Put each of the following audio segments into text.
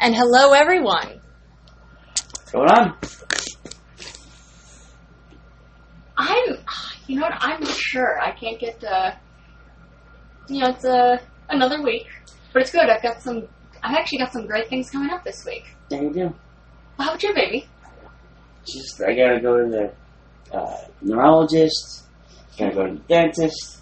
And hello, everyone. What's going on? I'm, you know what? I'm not sure. I can't get. Uh, you know, it's uh, another week, but it's good. I've got some. I've actually got some great things coming up this week. There you go. Well, How about you, baby? Just I gotta go to the uh, neurologist. Gotta go to the dentist.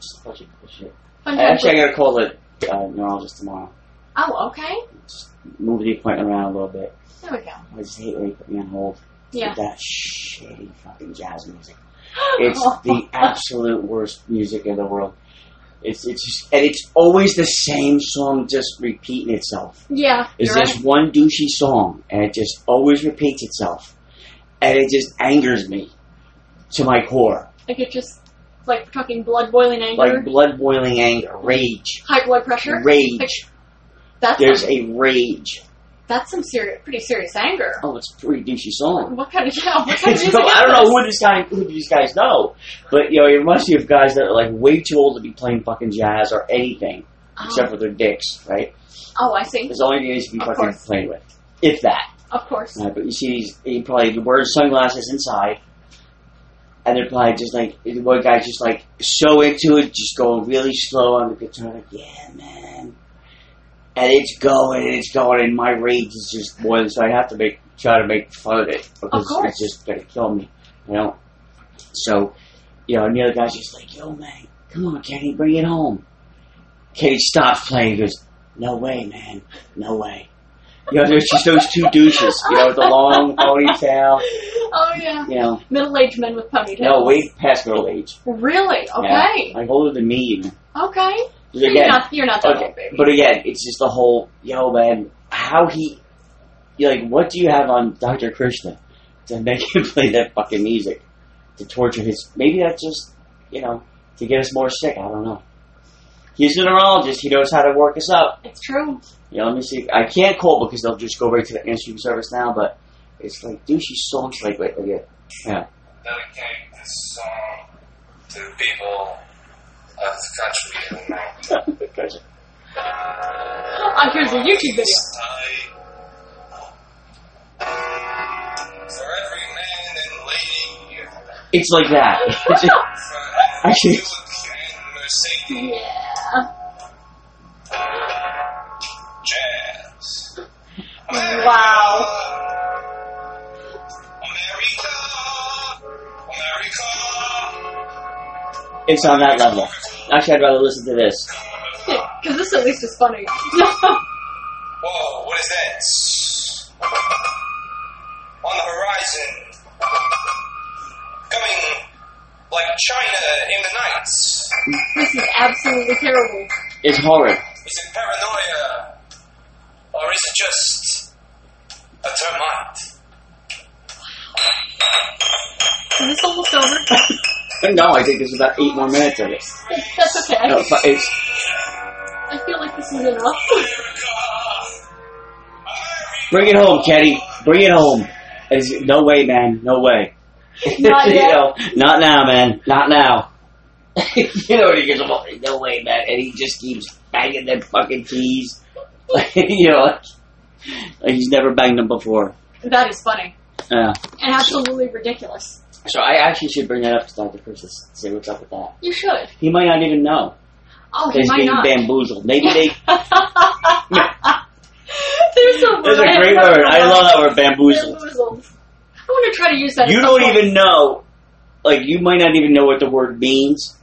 Just a bunch of bullshit. Fun time Actually, I with- gotta call the uh, neurologist tomorrow. Oh, okay. Just move the appointment around a little bit. There we go. I just hate when they put me on hold. Yeah. With that shitty fucking jazz music. It's the absolute worst music in the world. It's it's just, and it's always the same song, just repeating itself. yeah. It's you're just right. one douchey song, and it just always repeats itself, and it just angers me to my core, Like it just like we're talking blood boiling anger, like blood boiling anger, rage, high blood pressure. rage. That's There's some, a rage. that's some serious, pretty serious anger. Oh, it's a pretty douchey song. What kind of yeah? What kind of music so, I is don't know this? who this guy, who these guys know, but you know, it reminds me of guys that are like way too old to be playing fucking jazz or anything except for their dicks, Uh, right? Oh, oh, I see. It's the only thing they should be Oh. Of fucking course. playing with, if that. Of course. Right? But you see, these, he probably wears sunglasses inside, and they're probably just like the one guy's just like so into it, just going really slow on the guitar, like yeah, man. And it's going, and it's going, and my rage is just boiling. So I have to make try to make fun of it because course. it's just gonna kill me, you know. So, you know, and the other guy's just like, "Yo, man, come on, Kenny, bring it home." Kenny stops playing. He goes, "No way, man, no way." You know, there's just those two douches, you know, with the long ponytail, Oh yeah. you know. Middle-aged men with ponytails. No, way past middle age. Really? Yeah, Okay. like older than me even. Okay. But you're again, not. You're not that okay, old, baby. but again, it's just the whole yo man. How he, you're like, what do you have on Doctor Krishna to make him play that fucking music to torture his? Maybe that's just you know to get us more sick. I don't know. He's a neurologist. He knows how to work us up. It's true. You know, let me see. I can't call because they'll just go right to the answering service now. But it's like douchey songs. Like wait, wait, wait. dedicate this song to the people of this country tonight. Oh, here's a YouTube video. For every man and lady, It's like that. It's just- for Actually- Buick and Mercedes, Yeah. jazz. Wow. America, America. it's on that level. Actually, I'd rather listen to this. Because this at least is funny. Whoa, what is that? On the horizon. Coming like China in the night. this is absolutely terrible. It's horrid. Is it paranoia? Or is it just a termite? Is this almost over? No, I think there's about eight more minutes of it. That's okay. No, but it's, I feel like this is enough. America! America! bring it home, Kenny. Bring it home. It's, no way, man. No way. Not You yet. know, not now, man. Not now. you know what he gives him all, No way, man. And he just keeps banging them fucking keys. you know, like, like he's never banged them before. That is funny. Yeah. And absolutely ridiculous. So I actually should bring that up to Dr. Chris to see what's up with that. You should. He might not even know. Oh, he He's might being not. bamboozled. Maybe they There's some That's a great word. I love that word, bamboozled. Bamboozled. I want to try to use that. at You some don't point. even know, like, you might not even know what the word means,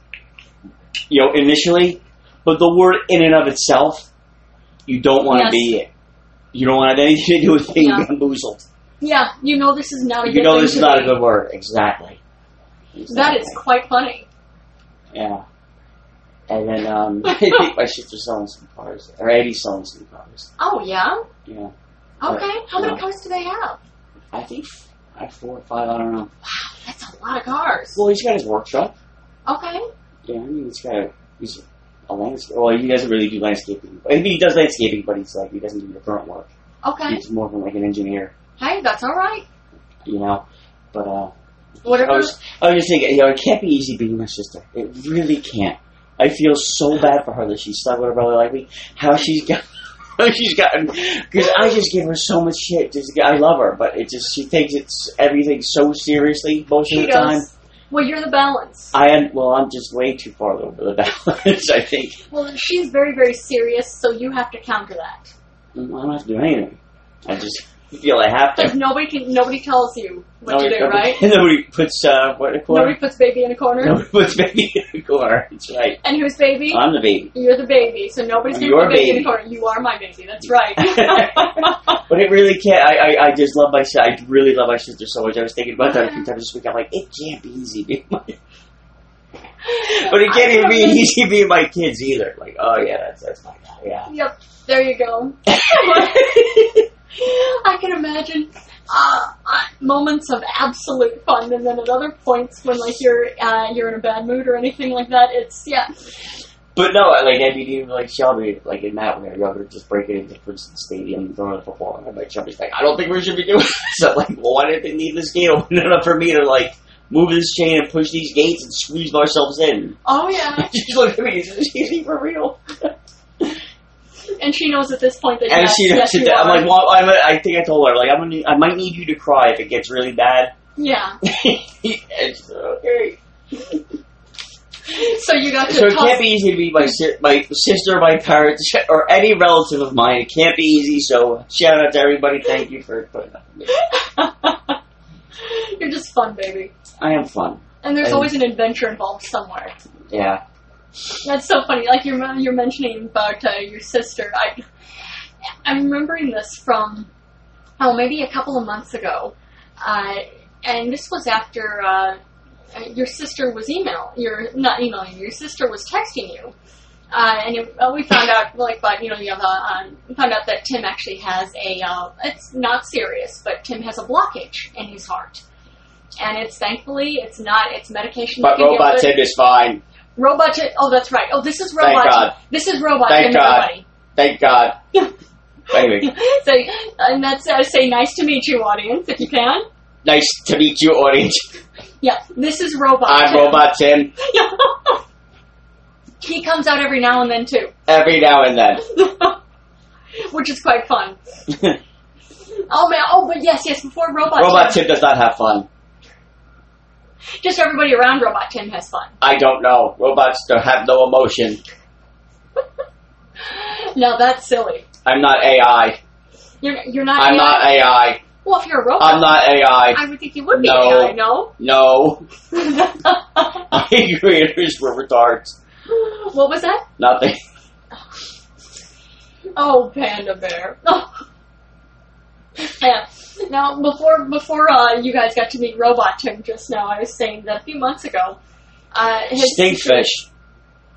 you know, initially, but the word in and of itself, you don't want to Yes. be it. You don't want to have anything to do with being Yeah. bamboozled. Yeah, you know this is not a You good know thing this to is not a be. good word. Exactly. That Exactly. is quite funny. Yeah. And then, um, I think my sister's selling some cars, or Eddie's selling some cars. Oh yeah. Yeah. Okay. How many Yeah. cars do they have? I think f- I have four or five, I don't know. That's a lot of cars. Well, he's got his workshop. Okay. Yeah, I mean, he's got a, he's a landscape. Well, he doesn't really do landscaping. I mean, he does landscaping, but he's like he doesn't do the current work. Okay. He's more of like an engineer, Hey, that's all right. you know. But uh, I Whatever. was I was just thinking, you know, it can't be easy being my sister. It really can't. I feel so bad for her that she's stuck with a brother like me. How she's got she's gotten because I just give her so much shit. Just I love her, but it just she takes it's everything so seriously most She of the time. does. Well, you're the balance. I am well. I'm just way too far over the balance. I think Well, she's very, very serious, so you have to counter that. I don't have to do anything. I just feel I have Because to. nobody can, nobody tells you what to do, nobody, right? Nobody puts uh, what in a corner. Nobody puts baby in a corner. Nobody puts baby in a corner. That's right. And who's baby? I'm the baby. You're the baby, so nobody's I'm gonna your put baby in baby. the corner. You are my baby. That's right. But it really can't. I, I, I just love my sister. I really love my sister so much. I was thinking about that a few times this week. I'm like, it can't be easy being my. But it can't even be easy being my kids either. Like, oh yeah, that's that's my guy. Yeah. Yep, there you go. I can imagine uh, uh, moments of absolute fun, and then at other points when like you're uh, you're in a bad mood or anything like that. It's yeah, But no, like I mean, even like Shelby, like in that when they were younger, just breaking into Princeton Stadium and throwing a football, and like Shelby's like, I don't think we should be doing this. I'm like, well, why did they need this gate open enough for me to like move this chain and push these gates and squeeze ourselves in? oh yeah. She's looking at me, is this easy for real? And she knows at this point that And yes, she yes, she- you I'm are. like, well, I'm, I think I told her like I'm gonna, need- I might need you to cry if it gets really bad. yeah. and she's like, okay. So you got to So it toss can't be easy to be my si- my sister, my parents, or any relative of mine. It can't be easy. So shout out to everybody. Thank you for putting up with me. You're just fun, baby. I am fun. And there's And- always an adventure involved somewhere. Yeah. That's so funny. Like you're you're mentioning about uh, your sister. I I'm remembering this from oh maybe a couple of months ago, uh, and this was after uh, your sister was email. You're not emailing. you, Your sister was texting you. Uh, and it, uh, we found out, like, but you know, you have a, um, we found out that Tim actually has a. Uh, it's not serious, but Tim has a blockage in his heart, and it's thankfully it's not. It's medication. that But can deal robot with- Ted is fine. Robot. Ti- oh, that's right. Oh, this is robot. Thank God. Ti- This is robot. Thank Tim, God. everybody. Thank God. anyway, so, and that's uh, say nice to meet you, audience, if you can. nice to meet you, audience. Yeah, this is robot. I'm Tim. Robot Tim. he comes out every now and then too, Every now and then. which is quite fun. Oh man. Oh, but yes, yes. Before robot. robot Tim, Tim does not have fun. Just everybody around robot Tim has fun. I don't know. Robots don't have no emotion. Now that's silly. I'm not AI. You're you're not. I'm AI. not AI. Well, if you're a robot, I'm not AI. I would think you would be. No. AI, no. No. I creators were retards. what was that? Nothing. Oh, panda bear. yeah. Now, before before uh, you guys got to meet Robot Tim just now, I was saying that a few months ago, uh, his Stinkfish.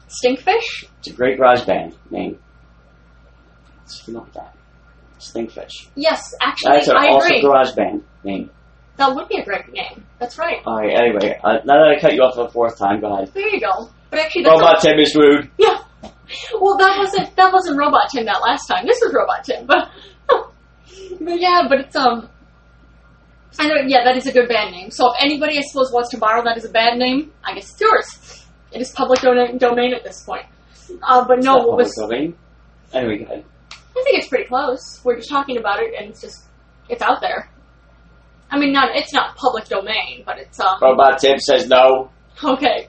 stinkfish. It's a great garage band name. Let's come up with that. Stinkfish. Yes, actually, That's an I awesome agree. garage band name. That would be a great name. That's right. All right. Anyway, uh, now that I cut you off for the fourth time, go ahead. There you go. But actually, that's Robot Tim is rude. yeah. Well, that wasn't that wasn't Robot Tim that last time. This is Robot Tim, but but yeah, but it's um. I know, yeah, that is a good band name. So if anybody, I suppose, wants to borrow that as a band name, I guess it's yours. It is public dona- domain at this point. Uh, but no, Not what was public domain. Anyway, go ahead. I think it's pretty close. We're just talking about it, and it's just it's out there. I mean, not it's not public domain, but it's um, Robot Tim says no. okay.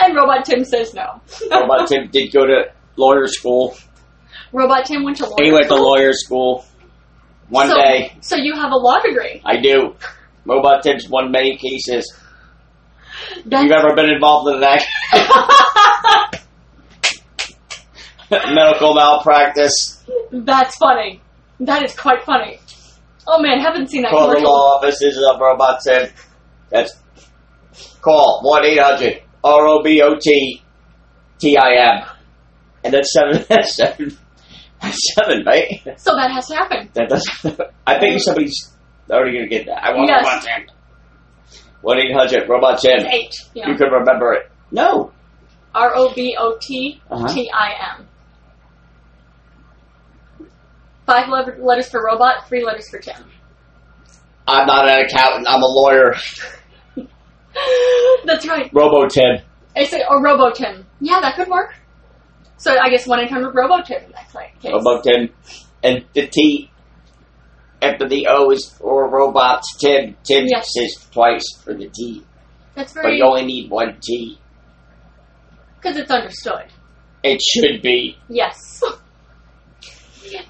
And Robot Tim says no. Robot Tim did go to lawyer school. Robot Tim went to lawyer. He went to school. lawyer school. One so, day, So you have a law degree. I do. Robot Tim's won many cases. If That's, you've ever been involved in an accident, medical malpractice, that's funny. That is quite funny. Oh man, haven't seen that call the commercial. law offices of Robot Tim. That's call 1 800 R O B O T T I M. And that's seven. That's seven. That's seven, right? So that has to happen. That doesn't. I bet you somebody's already going to get that. I want Yes. Robot Tim. 1 800 Robot Tim. It's eight. You You know. can remember it. No. R O B O T T I M. Five le- letters for robot, three letters for Tim. I'm not an accountant. I'm a lawyer. That's right. Robo Tim. It's a, or Robo Tim. Yeah, that could work. So I guess 1 800 Robotip in that case. Robot Tim. And the T after the O is for robots. Tim. Tim Yes. says twice for the T. That's But very. you only need one T. Because it's understood. It should be. Yes.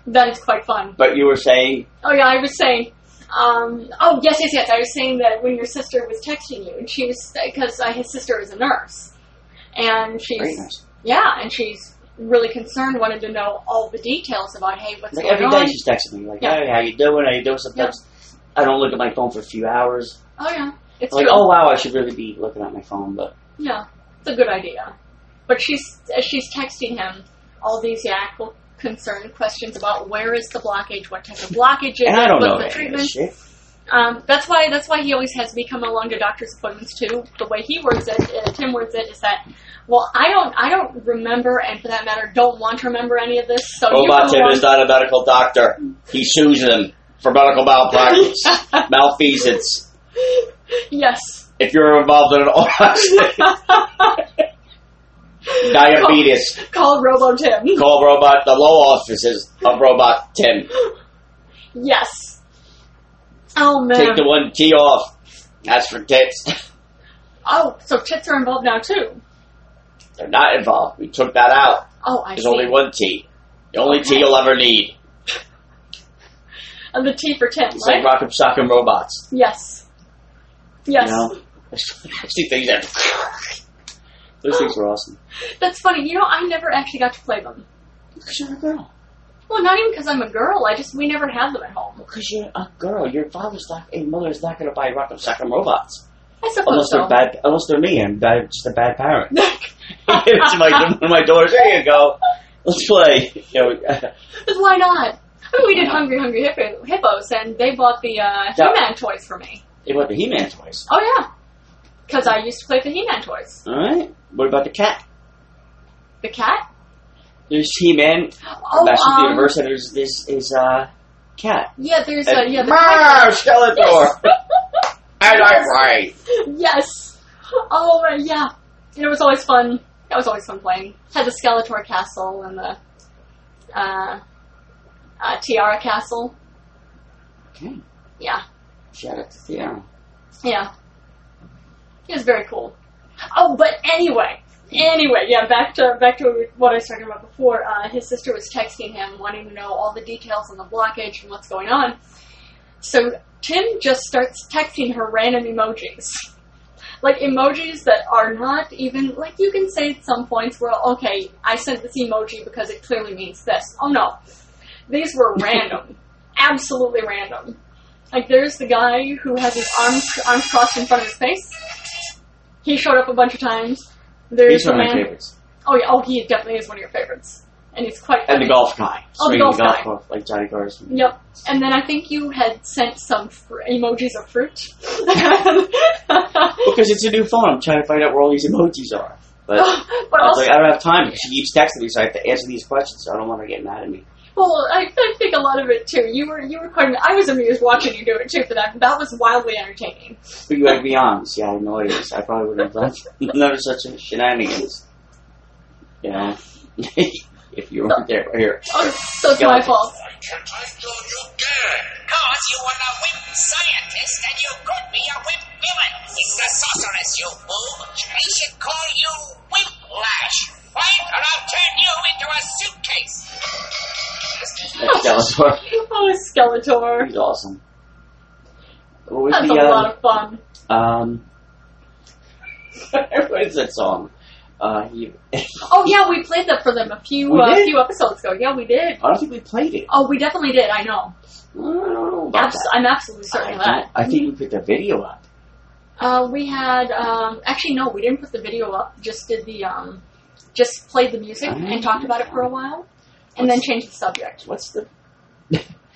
that is quite fun. But you were saying, Oh yeah, I was saying. Um, oh yes, yes, yes. I was saying that when your sister was texting you, and she was because uh, his sister is a nurse, and she's very nice. yeah, and she's really concerned, wanted to know all the details about hey, what's Like going every on? day she's texting me, like, Yeah. hey, how you doing? How you doing? Sometimes I don't look at my phone for a few hours. oh yeah, it's like, good. oh wow, I should really be looking at my phone, but yeah, it's a good idea. But she's uh, she's texting him all these yeah, well, concerned questions about where is the blockage, what type of blockage is and it, I don't what's know the that kind of treatment. shit. Um, that's why that's why he always has me come along to doctor's appointments too. The way he words it, uh, Tim words it, is that well, I don't I don't remember, and for that matter, don't want to remember any of this. So Oh, you Robot come Tim along. is not a medical doctor. He sues them for medical malpractice, malfeasance. yes. If you're involved in an auto accident, diabetes, Call Robo Tim. call robot the law offices of Robot Tim. Yes. Oh man. Take the one T off. That's for tits. oh, so tits are involved now too. They're not involved. We took that out. Oh, I There's see. only one T. The only T Okay. you'll ever need. And the T for Tim, It's right? like Rock'em Sock'em Robots. yes. Yes. You know? See things that- Those things were awesome. That's funny. You know, I never actually got to play them. Because you're a girl. Well, not even because I'm a girl. I just we never had them at home. Because you're a girl. Your father's not, and mother's not going to buy Rock'em Sock'em Robots. I suppose Unless so. they're bad, unless they're me. I'm bad, just a bad parent. I give it to my, one of my daughters. There you go. Let's play. You know, Because why not? I mean, we did Yeah. Hungry Hungry Hippo- Hippos, and they bought the uh, Yeah. He-Man toys for me. they bought the He-Man toys. Oh yeah, because I used to play with the He-Man toys. All right. What about the cat? The cat. There's He-Man. Oh, Master of the um, Universe. And there's this is uh, cat. yeah. There's uh, And- yeah. The Rawr, cat. Skeletor. And I cry. yes. Oh right, yeah. And it was always fun. That was always fun playing. Had the Skeletor castle and the uh, uh, Tiara castle. Okay. Yeah. Shout out to Theo. Yeah. It was very cool. Oh, but anyway, anyway, yeah, back to back to what I was talking about before. Uh, his sister was texting him, wanting to know all the details on the blockage and what's going on. So Tim just starts texting her random emojis, like emojis that are not even like you can say at some points, "Well, okay, I sent this emoji because it clearly means this." Oh no, these were random, absolutely random. Like there's the guy who has his arms arms crossed in front of his face. He showed up a bunch of times. There's He's one the of my man. favorites. Oh yeah, oh he definitely is one of your favorites, and he's quite. And the funny. golf guy. Oh, the Swinging golf guy. club, like Johnny Carson. Yep. And then I think you had sent some fr- emojis of fruit. Because it's a new phone. I'm trying to find out where all these emojis are. But I but was also, like, I don't have time. She keeps texting me, so I have to answer these questions. So I don't want her to get mad at me. well, I, I think a lot of it too. You were you were quite. I was amused watching you do it too. For that, that was wildly entertaining. But you had me on. See, I had no ideas. I probably would have done none of such shenanigans. You know, if you weren't there or here. Oh, so it's my Skeletons. fault. Why can't I know you dead? Because you are a wimp scientist and you could be a wimp villain. It's the sorceress, you fool. They should call you Wimp Lash. Wait, or I'll turn you into a suitcase. That's Skeletor. Oh, Skeletor. He's awesome. What was That's the a uh, lot of fun. Um, what is that song? Uh, he, Oh yeah, we played that for them a few We uh, did? few episodes ago. Yeah, we did. I don't think we played it. Oh, we definitely did. I know. I don't know about Abs- I'm absolutely that. certain of I think- that. I think we put the video up. Uh, we had um, actually no, we didn't put the video up. Just did the um, just played the music Ah. and talked about it for a while, and then changed the subject. What's the?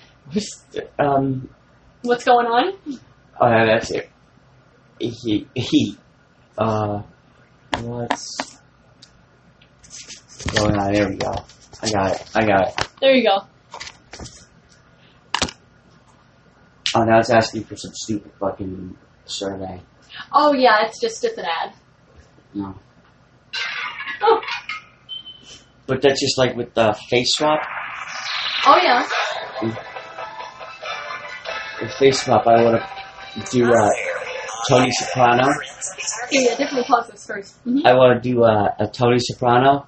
What's the? Um. What's going on? Oh, no, that's it. He he. Uh, what's going on? There we go. I got it. I got it. There you go. Oh, now it's asking for some stupid fucking survey. Oh yeah, it's just it's an ad. No. Oh. But that's just like with the face swap. Oh yeah. With face swap, I want to do uh, Tony Soprano. Yeah, yeah, definitely pause this 1st Mm-hmm. I want to do uh, a Tony Soprano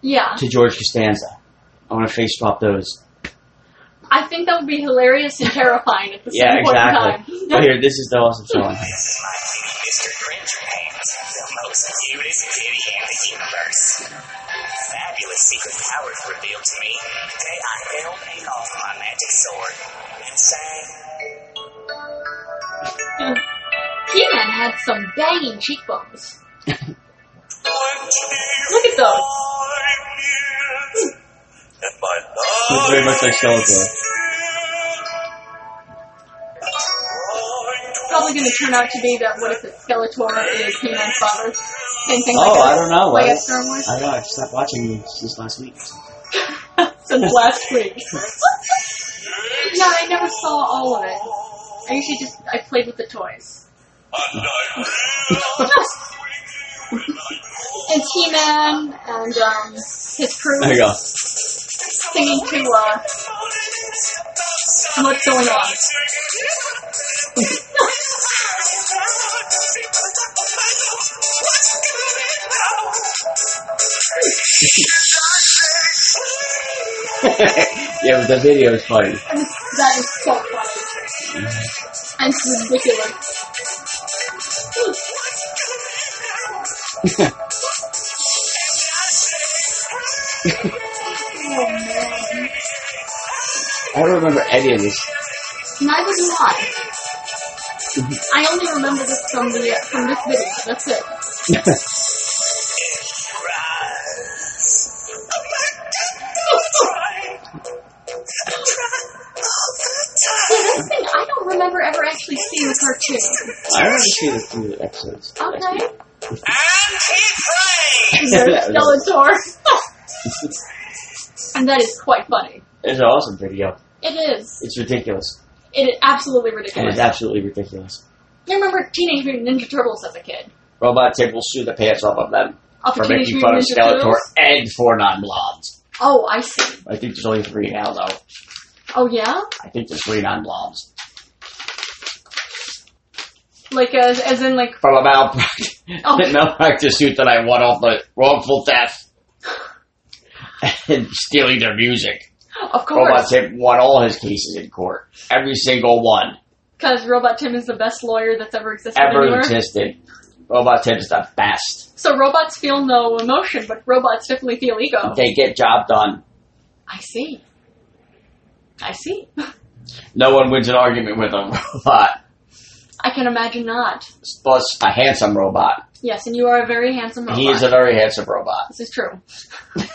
Yeah. to George Costanza. I want to face swap those. I think that would be hilarious and terrifying at the same Yeah, point exactly. in time. But Oh, here, this is the awesome song. Mr. Cringer Pants, the most weirdest kitty in the universe. Fabulous secret powers revealed to me the day I held Adolf my magic sword and sang. He-Man had some banging cheekbones. Look Look at those. And my Looks love very much like Skeletor. Probably going to turn out to be that what if it's Skeletor is He-Man's father? Same thing. Oh, like I don't know. Like I, a Star Wars? I know. I've stopped watching since last week. since last week. yeah, I never saw all of it. I usually just I played with the toys. and He-Man and um, his crew There you go. singing to uh, what's going on. yeah, but the video is funny. And it's- that is so funny. And it's ridiculous. Oh, man. I don't remember any of this. Neither do I. I only remember this from the from this video. That's it. See, this thing, I don't remember ever actually seeing the cartoon. I remember seeing a few episodes. Okay. And And there's Skeletor. and that is quite funny. It's an awesome video. It is. It's ridiculous. It is absolutely And it's ridiculous. absolutely ridiculous. I remember Teenage Mutant Ninja Turtles as a kid. Robot Tip will sue the pants off of them Off for of Teenage making fun of Mutant Ninja Skeletor Turtles. and four non-blobs. Oh, I see. I think there's only three now, though. Oh yeah, I think there's three non-blobs. like as as in like From a malpractice, Oh. malpractice suit that I won off the wrongful death and stealing their music. of Robot course Tip won all his cases in court. Every single one because Robot Tim is the best lawyer that's ever existed ever anywhere. existed. Robot Tip is the best. So robots feel no emotion, but robots definitely feel ego. They get job done. I see. I see. No one wins an argument with a robot. I can imagine not. Plus, a handsome robot. Yes, and you are a very handsome robot. He is a very handsome robot. This is true.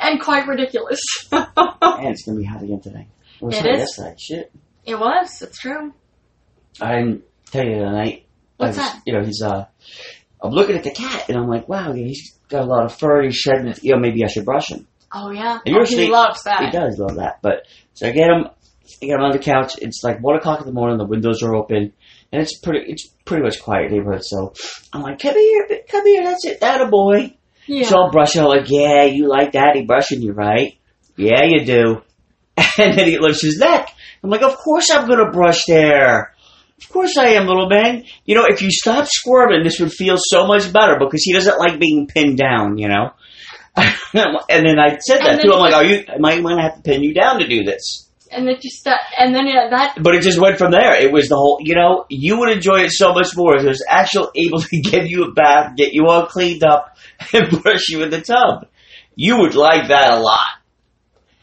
and quite ridiculous. it Man, it's gonna be hot again today. It was It hot is. yesterday. Shit. was. It's true. I didn't tell you tonight. What's I was- that? You know, he's uh. I'm looking at the cat and I'm like, wow, yeah, he's got a lot of fur. He's shedding. it. You know, maybe I should brush him. Oh yeah. And Oh, usually- he loves He that. does love that. But so I get him, I get him on the couch. It's like one o'clock in the morning. The windows are open, and it's pretty. It's pretty much quiet neighborhood. So I'm like, come here, bi- come here. That's it. That a boy. Yeah. So I'm brushing. I'm like, yeah, you like daddy brushing you, right? Yeah, you do. And then he lifts his neck. I'm like, of course I'm gonna brush there. Of course I am, little man. You know, if you stop squirming, this would feel so much better because he doesn't like being pinned down. You know. and then I said And then that too. I'm he like, are you? Am I going to have to pin you down to do this? and it just uh, and then uh, that But it just went from there. It was the whole. You know, you would enjoy it so much more if it was actually able to give you a bath, get you all cleaned up, and brush you in the tub. You would like that a lot.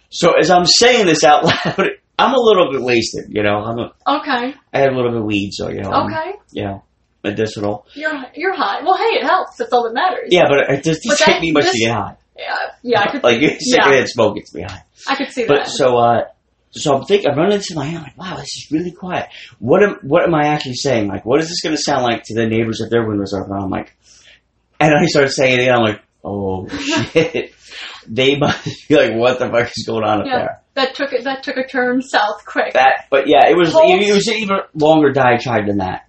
So as I'm saying this out loud, I'm a little bit wasted. You know, I'm a, okay I had a little bit of weed, so you know, I'm, okay you know, medicinal. you're you're high well hey it helps that's all that matters Yeah, but it doesn't But take that- me much to this- get high. yeah, yeah I could Like you're Yeah. secondhand smoke gets me high. I could see But that so, uh, so I'm thinking, I'm running into my head, I'm like, wow, this is really quiet. What am, what am I actually saying? Like, what is this going to sound like to the neighbors if their windows are open? I'm like, and I start saying it, and I'm like, oh shit. they must be like, what the fuck is going on up Yeah. there? that took it that took a turn south quick That, but yeah, it was, Holes. it was an even longer diatribe than that.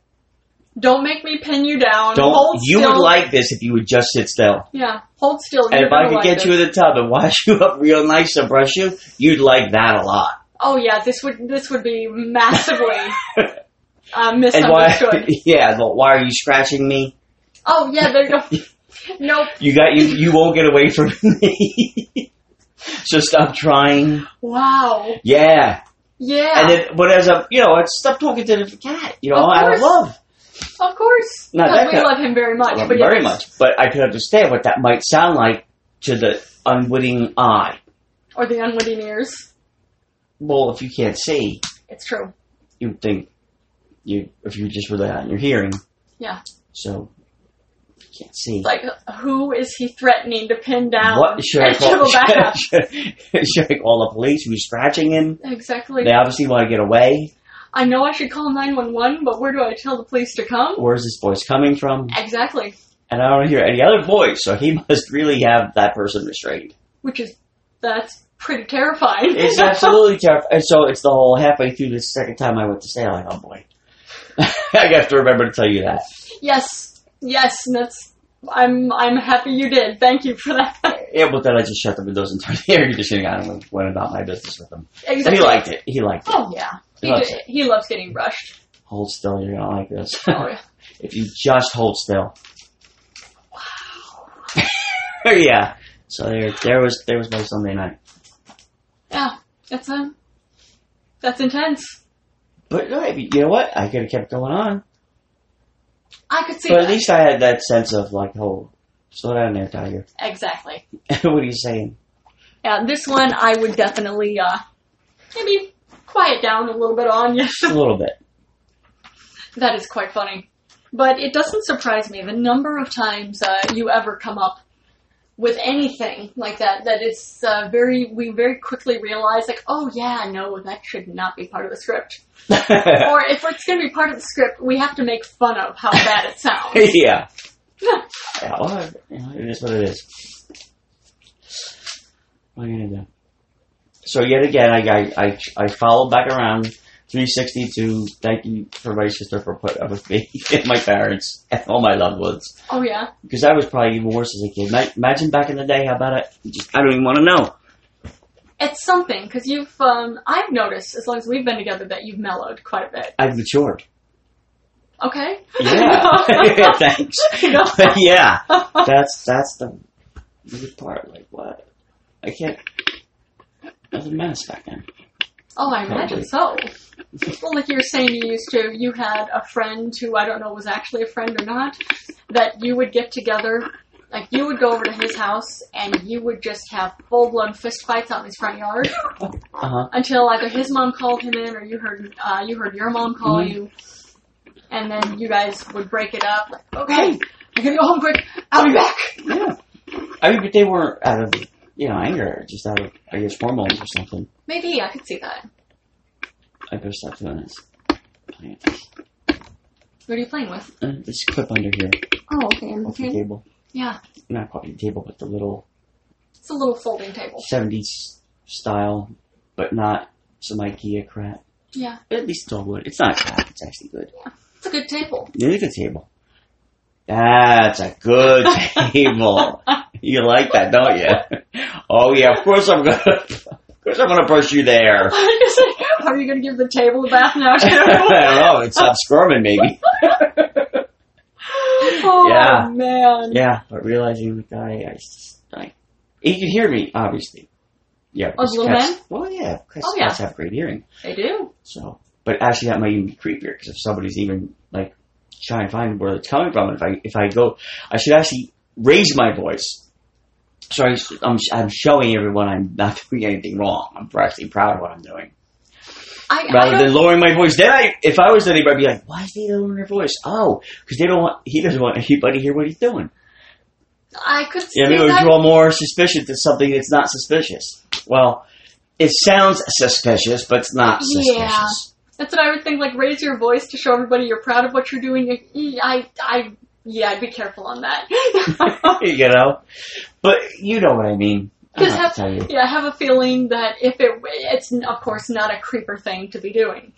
Don't make me pin you down. Don't Hold you still. would like this if you would just sit still. Yeah, hold still. And You're if I gonna could like get this. you in the tub and wash you up real nice and brush you, you'd like that a lot. Oh yeah, this would this would be massively uh, And why? misunderstood. Yeah, but why are you scratching me? oh yeah, there you go. nope. You got you. You won't get away from me. so stop trying. Wow. Yeah. Yeah. And then, but as a, you know, it's stop talking to the cat. You know, Of out of course. love. of course, Not because that we kind- love him very much. I love but him very yes. much. But I could understand what that might sound like to the unwitting eye. Or the unwitting ears. Well, if you can't see, It's true. you'd think you if you just rely on your hearing. Yeah. So you can't see. It's like, who is he threatening to pin down? what should I and call? triple back up? Should, should I call the police? Who's scratching him? Exactly. They obviously want to get away. I know I should call 911, but where do I tell the police to come? Where's this voice coming from? Exactly. And I don't hear any other voice, so he must really have that person restrained. Which is, that's pretty terrifying. It's absolutely terrifying. And so it's the whole halfway through the second time I went to say, like, oh boy. I have to remember to tell you that. yes, yes, and that's, I'm, I'm happy you did. Thank you for that. Yeah, but then I just shut the windows and turned the air conditioning on and went about my business with him. And exactly. he liked it. He liked it. Oh, yeah. He, He loves did- he loves getting brushed. Hold still, you're gonna like this. Oh, yeah. if you just hold still. Wow. yeah. So there, there was, there was my Sunday night. Yeah, that's um, that's intense. But no, I mean, you know what? I could have kept going on. I could see But that. at least I had that sense of like, oh, slow down there, Tiger. exactly. what are you saying? Yeah, this one I would definitely uh, maybe quiet down a little bit on you. A little bit. that is quite funny, but it doesn't surprise me the number of times uh, you ever come up with anything like that. That is uh, very we very quickly realize like, oh yeah, no, that should not be part of the script. or if it's going to be part of the script, we have to make fun of how bad it sounds. yeah. yeah well, you know, it is what it is. What are you gonna do? So yet again, I I I, I followed back around 360 to thank you for my sister for putting up with me and my parents and all my loved ones oh yeah, because I was probably even worse as a kid. Ma- Imagine back in the day, how about it? I don't even want to know. it's something because you've um, I've noticed as long as we've been together that you've mellowed quite a bit. I've matured. Okay. Yeah. Thanks. No. yeah. That's that's the weird part. Like what? I can't. I was a mess back then. Oh, I imagine so. Well, like you were saying, you used to, you had a friend who I don't know was actually a friend or not, that you would get together, like you would go over to his house and you would just have full blown fist fights out in his front yard Uh huh. until either his mom called him in or you heard, uh, you heard your mom call Mhm. you, and then you guys would break it up. Like, okay, I'm gonna go home quick. I'll be back. Yeah. I mean, but they weren't out of you know anger, just out of I guess hormones or something. Maybe I could see that. I better stop doing this. Hang What are you playing with? on. Uh, This clip under here Oh, okay. off the table, Yeah, not quite the table, but the little it's a little folding table. '70s style, but not some IKEA crap. Yeah, At least it's all wood. It's not crap. It's actually good. it's a good table. It is a table. That's a good table. you like that, don't you? Oh yeah, of course I'm gonna, of course I'm gonna push you there. Are you going to give the table a bath now? I don't too? know. It's not Oh, squirming, maybe. oh Yeah. man! Yeah, but realizing the guy, I, s- I- he could hear me, obviously. Yeah. Oh, the because little cats- man? Well, yeah, because Oh, cats have great hearing. They do. So, but actually, that might even be creepier because if somebody's even like trying to find where it's coming from, if I if I go, I should actually raise my voice. So I, am I'm showing everyone I'm not doing anything wrong. I'm actually proud of what I'm doing. I, I Rather don't, than lowering my voice, then I, if I was anybody, I'd be like, why is he lowering their voice? Oh, because they don't want, he doesn't want anybody to hear what he's doing. I could see Yeah, maybe it would that. draw more suspicion to something that's not suspicious. Well, it sounds suspicious, but it's not suspicious. Yeah. That's what I would think. Like, raise your voice to show everybody you're proud of what you're doing. Like, e- I, I, yeah, I'd be careful on that. you know. But you know what I mean. I Just don't have, have to tell you. yeah, I have a feeling that if it, it's of course not a creeper thing to be doing.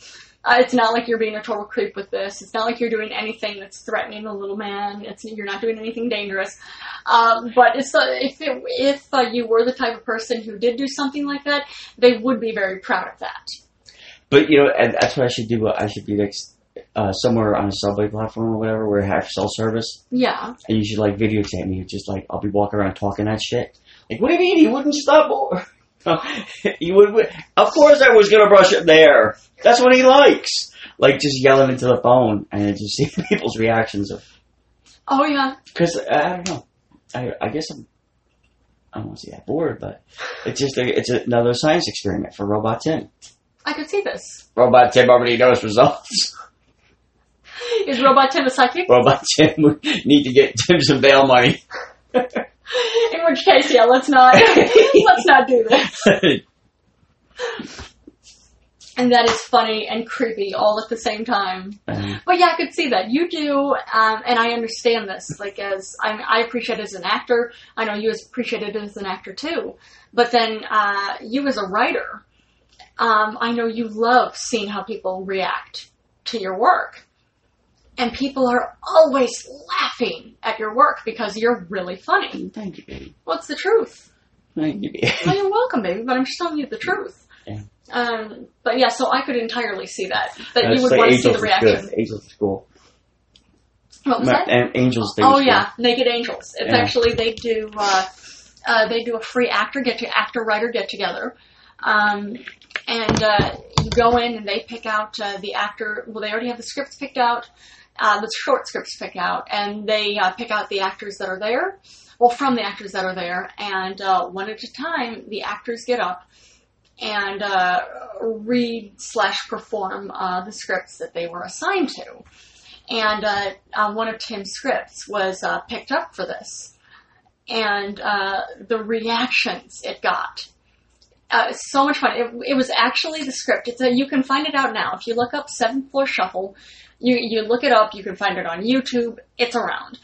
Uh, it's not like you're being a total creep with this. It's not like you're doing anything that's threatening the little man. It's you're not doing anything dangerous. Um, but it's the, if it, if uh, you were the type of person who did do something like that, they would be very proud of that. But you know, and that's what I should do. I should be next uh, somewhere on a subway platform or whatever where I have cell service, Yeah, and you should like videotape me. Just like I'll be walking around talking that shit. Like, what do you mean he wouldn't stop? Or you would. Of course, I was gonna brush it there. That's what he likes. Like just yelling into the phone and just see people's reactions of. Oh yeah. Because I don't know. I, I guess I'm. I don't want to say that bored, but it's just a, it's another science experiment for Robot Tim. I could see this. Robot Tim already knows results. Is Robot Tim a psychic? Robot Tim would need to get Tim some bail money. In which case, yeah, let's not let's not do this. And that is funny and creepy all at the same time. Um, But yeah, I could see that you do, um, and I understand this. Like as I, I appreciate it as an actor, I know you appreciate it as an actor too. But then uh, you as a writer, um, I know you love seeing how people react to your work, and people are always laughing at your work because you're really funny. thank you, baby. What's the truth? Thank you, Well, baby. you're welcome, baby, but I'm just telling you the truth. Yeah. Um, but yeah, so I could entirely see that that That's you would like want to see Angels the is reaction. Good. Angels is cool. What was Ma- that? and Angels thing. Oh is yeah, Naked Angels. It's Yeah. actually they do uh, uh, they do a free actor get to actor writer get together, um, and uh, you go in and they pick out uh, the actor. Well, they already have the scripts picked out, uh, the short scripts picked out, and they uh, pick out the actors that are there. Well, from the actors that are there, and uh, one at a time, the actors get up and uh, read slash perform uh, the scripts that they were assigned to and uh, um, one of Tim's scripts was uh, picked up for this, and uh, the reactions it got. Uh, it's so much fun. It, it was actually the script. It's a, you can find it out now if you look up Seventh Floor Shuffle. You you look it up. You can find it on YouTube. It's around.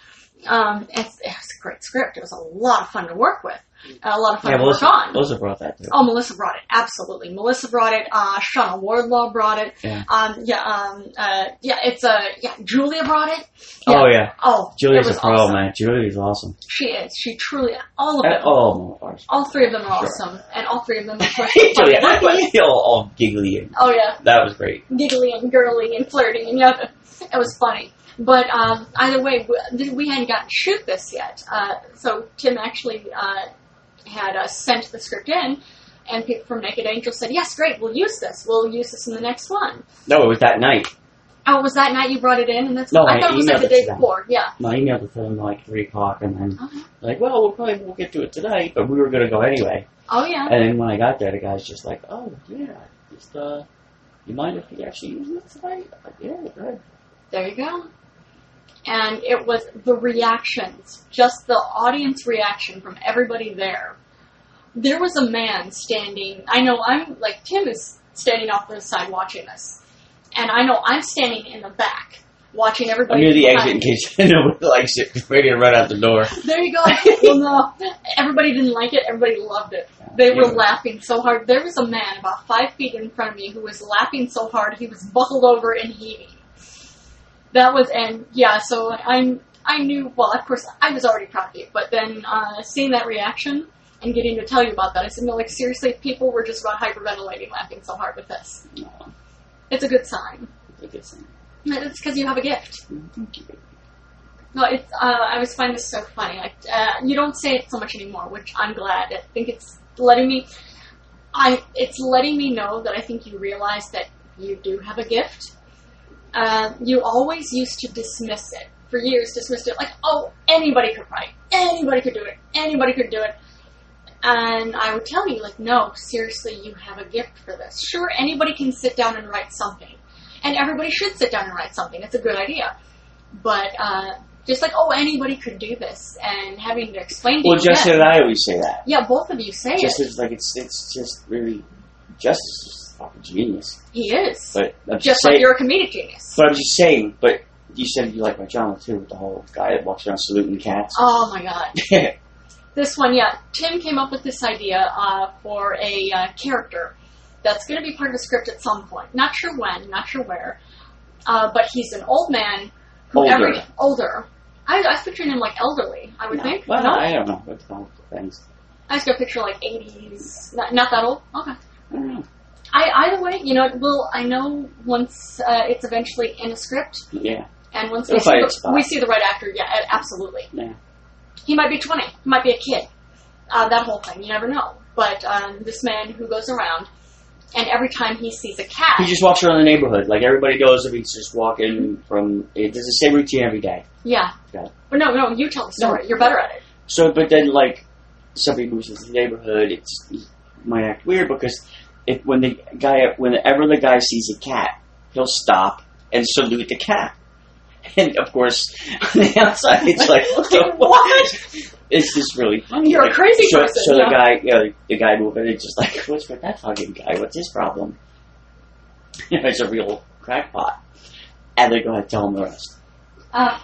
Um, it's, it's a great script. It was a lot of fun to work with. A lot of fun Yeah, to work Melissa, on. Melissa brought that. Too. Oh, Melissa brought it. Absolutely, Melissa brought it. Uh, Shauna Wardlaw brought it. Yeah. Um, yeah. Um, uh, yeah. It's uh, yeah. Julia brought it. Oh yeah, Oh, Julia's it was a pro, awesome. man. Julia's awesome. She is. She truly. All of At them. all, my gosh. All three of them are Sure. awesome, and all three of them. Of course, are Julia, fun to work with. all, all giggly and Oh yeah, that was great. giggly and girly and flirting and yeah, it was funny. But um, either way, we- we hadn't gotten to shoot this yet, uh, so Tim actually uh, had uh, sent the script in, and people from Naked Angel said, "Yes, great, we'll use this. We'll use this in the next one." No, it was that night. Oh, was that night you brought it in? And that's No, I I thought it was like emailed the it to day them. before. Yeah. My email to them like three o'clock, and then Okay. like, well, we'll probably won't get to it tonight, but we were gonna go anyway. Oh yeah. And then when I got there, the guy's just like, oh yeah, just uh, you mind if we actually use it tonight? I'm like, yeah, go ahead. There you go. And it was the reactions, just the audience reaction from everybody there. There was a man standing. I know I'm like Tim is standing off to the side watching this, and I know I'm standing in the back watching I'm everybody. near the behind exit in case anyone likes it. Ready to run out the door. there you go. well, no, everybody didn't like it. Everybody loved it. They were Yeah. laughing so hard. There was a man about five feet in front of me who was laughing so hard he was buckled over and heaving. That was and yeah. So I'm I knew well. Of course, I was already proud of you, but then uh, seeing that reaction and getting to tell you about that, I said, no, like seriously, people were just about hyperventilating, laughing so hard with this. No, It's a good sign. it's a good sign. It's because you have a gift. Thank you. No, it's. Uh, I always find this so funny. Like uh, you don't say it so much anymore, which I'm glad. I think it's letting me. I it's letting me know that I think you realize that you do have a gift. Uh, you always used to dismiss it for years. Dismissed it like, oh, anybody could write, anybody could do it, anybody could do it. And I would tell you, like, no, seriously, you have a gift for this. Sure, anybody can sit down and write something, and everybody should sit down and write something. It's a good idea. But uh, just like, oh, anybody could do this, and having to explain to Well, you, Justin yeah, and I always say that. yeah, both of you say it. Justin's like it's it's just really Justin's just fucking genius. He is. But I'm just saying, like you're a comedic genius. But I'm just saying, but you said you like my genre too, with the whole guy that walks around saluting cats. Oh my god. yeah, This one, yeah. Tim came up with this idea uh, for a uh, character That's going to be part of the script at some point. Not sure when, not sure where. Uh, but he's an old man. Who Older. Every, older. I, I was picturing him like elderly, I would No. think. Well, no? I don't know. What's wrong with things? I was going to picture like 80s. Not, not that old? Okay. I don't know. I, either way, you know, it will. I know once uh, it's eventually in a script, Yeah. and once It'll we see, find the, its spot. we see the right actor, yeah, a- absolutely. Yeah. He might be 20, he might be a kid, uh, that whole thing, you never know. But um, this man who goes around, and every time he sees a cat, He just walks around the neighborhood like everybody does if he's just walking from. It does the same routine every day. yeah. Yeah. But no, no, you tell the story, you're better at it. So, but then like somebody moves into the neighborhood, it's it might act weird because if when the guy whenever the guy sees a cat, he'll stop and salute the cat. And of course, on the outside, it's like what? the- what? It's just really funny. You're a Like, crazy so, person, So yeah. the guy, you know, the guy moving, it's just like, what's with that fucking guy? What's his problem? You know, it's a real crackpot. And they go ahead, tell him the rest. Uh,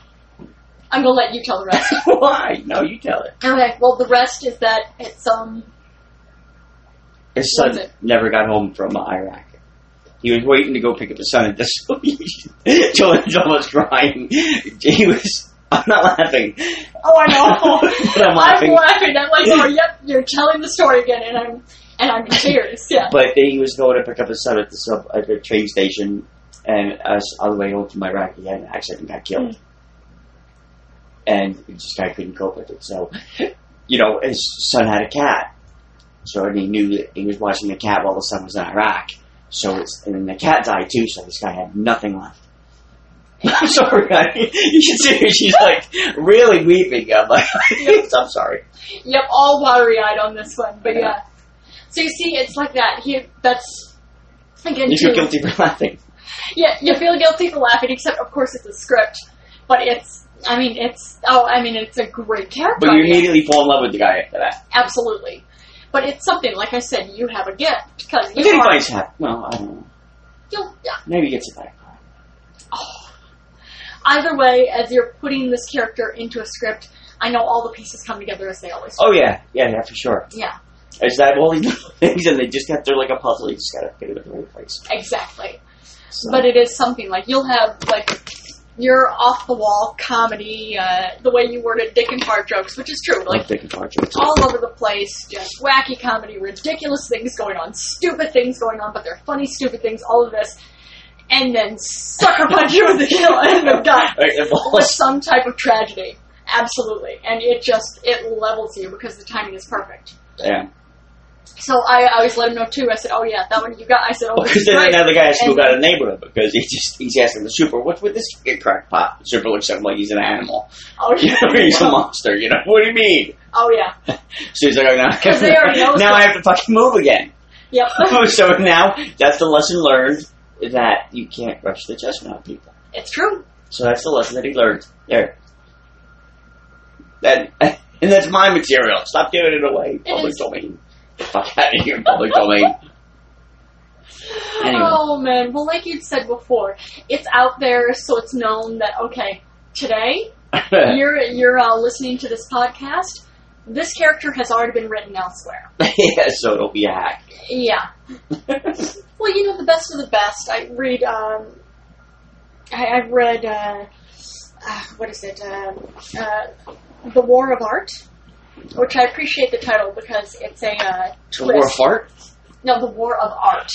I'm going to let you tell the rest. Why? No, you tell it. okay, well, the rest is that it's, um, His What son is it? never got home from Iraq. He was waiting to go pick up his son at the Soviet. Jordan's almost crying. He was. I'm not laughing. Oh, I know. but I'm I'm laughing. laughing. I'm like, oh, yep, you're telling the story again, and I'm and I'm in tears. Yeah. But then he was going to pick up his son at the sub at the train station, and us on the way home from Iraq, he had an accident and got killed. And this guy couldn't cope with it. So, you know, his son had a cat. So and he knew that he was watching the cat while the son was in Iraq. So it's and then the cat died too. So this guy had nothing left. I'm sorry, I, you should see her. She's like really weeping. I'm like, I'm sorry. Yep, all watery eyed on this one. But yeah. So you see, it's like that. He that's again. You feel too- guilty for laughing. Yeah, you feel guilty for laughing, except of course it's a script. But it's I mean it's oh I mean it's a great character. But you idea. immediately fall in love with the guy after that. Absolutely. But it's something, like I said, you have a gift because you If are- anybody's happy, well, I don't know. you'll- yeah. Maybe he gets it back. Either way, as you're putting this character into a script, I know all the pieces come together as they always. do. Oh yeah, yeah, yeah, for sure. Yeah. Is that all these little things, and they just got they're like a puzzle. You just gotta fit it in the right place. Exactly. So, But it is something like you'll have like your off the wall comedy, uh, the way you worded Dick and Fart jokes, which is true. Like like taking projects. all over the place, just wacky comedy, ridiculous things going on, stupid things going on, but they're funny, stupid things. All of this, and then sucker punch you in the kill in the gut Right, it with falls. some type of tragedy. Absolutely, and it just it levels you because the timing is perfect. Yeah. So I, I always let him know too. I said, "Oh yeah, that one you got." I said, "Oh, this Because is then great." another guy has to And- go out of the neighborhood because he just he's asking the super, "What's with this fucking crackpot?" The super looks at him like he's an animal. Oh You yeah, know, he's a monster. You know what do you mean? Oh yeah. So he's like, oh, now, I have 'Cause to- they already know now I stuff. have to fucking move again. Yep. so now that's the lesson learned that you can't rush the chestnut people. it's true. So that's the lesson that he learned. There. That and that's my material. Stop giving it away. Public is. domain. Get the fuck out of here, public domain. Anyway. Oh man. Well, like you'd said before, it's out there, so it's known that okay, today you're you're uh, listening to this podcast. This character has already been written elsewhere. yeah, so it'll be a hack. Yeah. Well, you know the best of the best. I read. Um, I, I read. Uh, uh, what is it? Um uh, the War of Art, which I appreciate the title because it's a uh, To war twist. fart? No, the War of Art.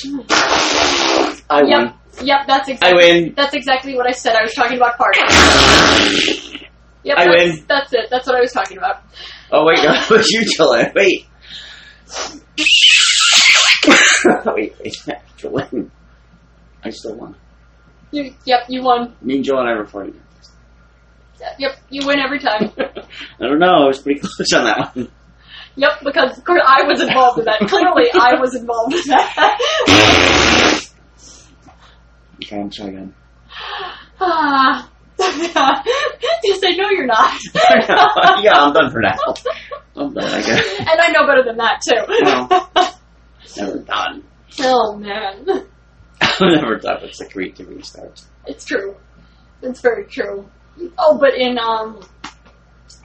I won. Yep. Yep. That's I exactly. win. That's exactly what I said. I was talking about farts. Yep, I that's, win. That's it. That's what I was talking about. Oh wait, no, but you Jolene. Wait. wait, wait, Jolene. I still won. You, yep, you won. Me and Joel and I were fighting. Yep, you win every time. I don't know, I was pretty close on that one. Yep, because of course I was involved in that. Clearly, I was involved in that. Okay, I'm sorry, again. Ah. you say no, you're not. yeah, I'm done for now. I'm done, I guess. and I know better than that too. Never done. oh man, I'm never done with the creativity starts. it's true. It's very true. Oh, but in um,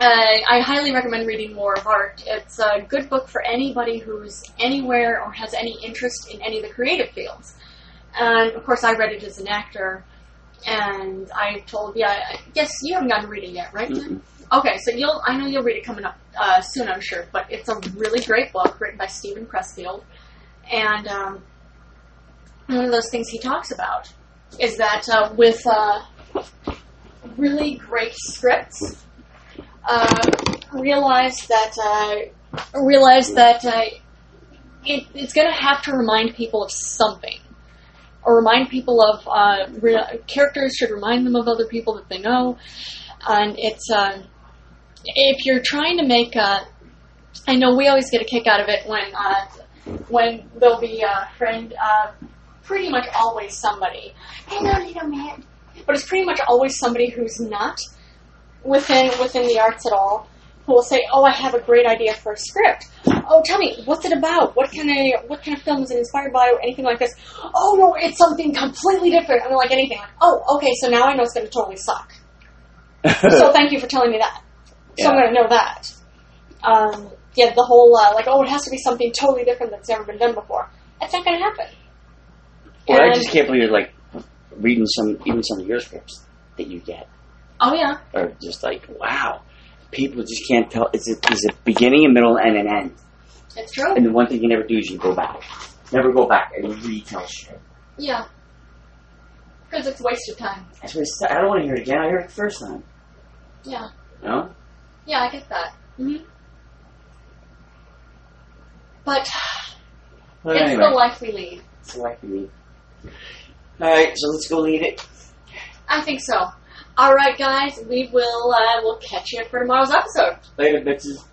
Uh, I highly recommend reading War of Art. It's a good book for anybody who's anywhere or has any interest in any of the creative fields. And of course, I read it as an actor, and I told, yeah, yes, you haven't gotten to read it yet, right? Jen? Mhm. Okay, so you'll I know you'll read it coming up uh, soon, I'm sure. But it's a really great book written by Stephen Pressfield, and um, one of those things he talks about is that uh, with uh, really great scripts, uh, realize that uh, realize that uh, it, it's going to have to remind people of something. Or remind people of uh, re- characters should remind them of other people that they know, and it's um, if you're trying to make uh, I know we always get a kick out of it when uh, when there'll be a friend uh, pretty much always somebody hello little man but it's pretty much always somebody who's not within within the arts at all who will say oh I have a great idea for a script oh tell me what's it about what kind of what kind of film is it inspired by or anything like this oh no it's something completely different I mean like anything like oh okay so now I know it's going to totally suck so thank you for telling me that. So I'm Yeah. going to know that. Um, yeah, the whole uh, like, oh, it has to be something totally different that's never been done before. That's not going to happen. Well, I And- just can't believe you're like reading some even some of your scripts that you get oh yeah, are just like wow. People just can't tell. It's a, it's a beginning, a middle, and an end. it's true. And the one thing you never do is you go back. Never go back and retell shit. Yeah, because it's a waste of time. That's what it's, I don't want to hear it again. I heard it the first time. Yeah, No? yeah, I get that. hmm But But it's anyway, the life we lead. it's like me. Alright, so let's go lead it. I think so. All right, guys, we will uh, we'll catch you for tomorrow's episode. Later, bitches.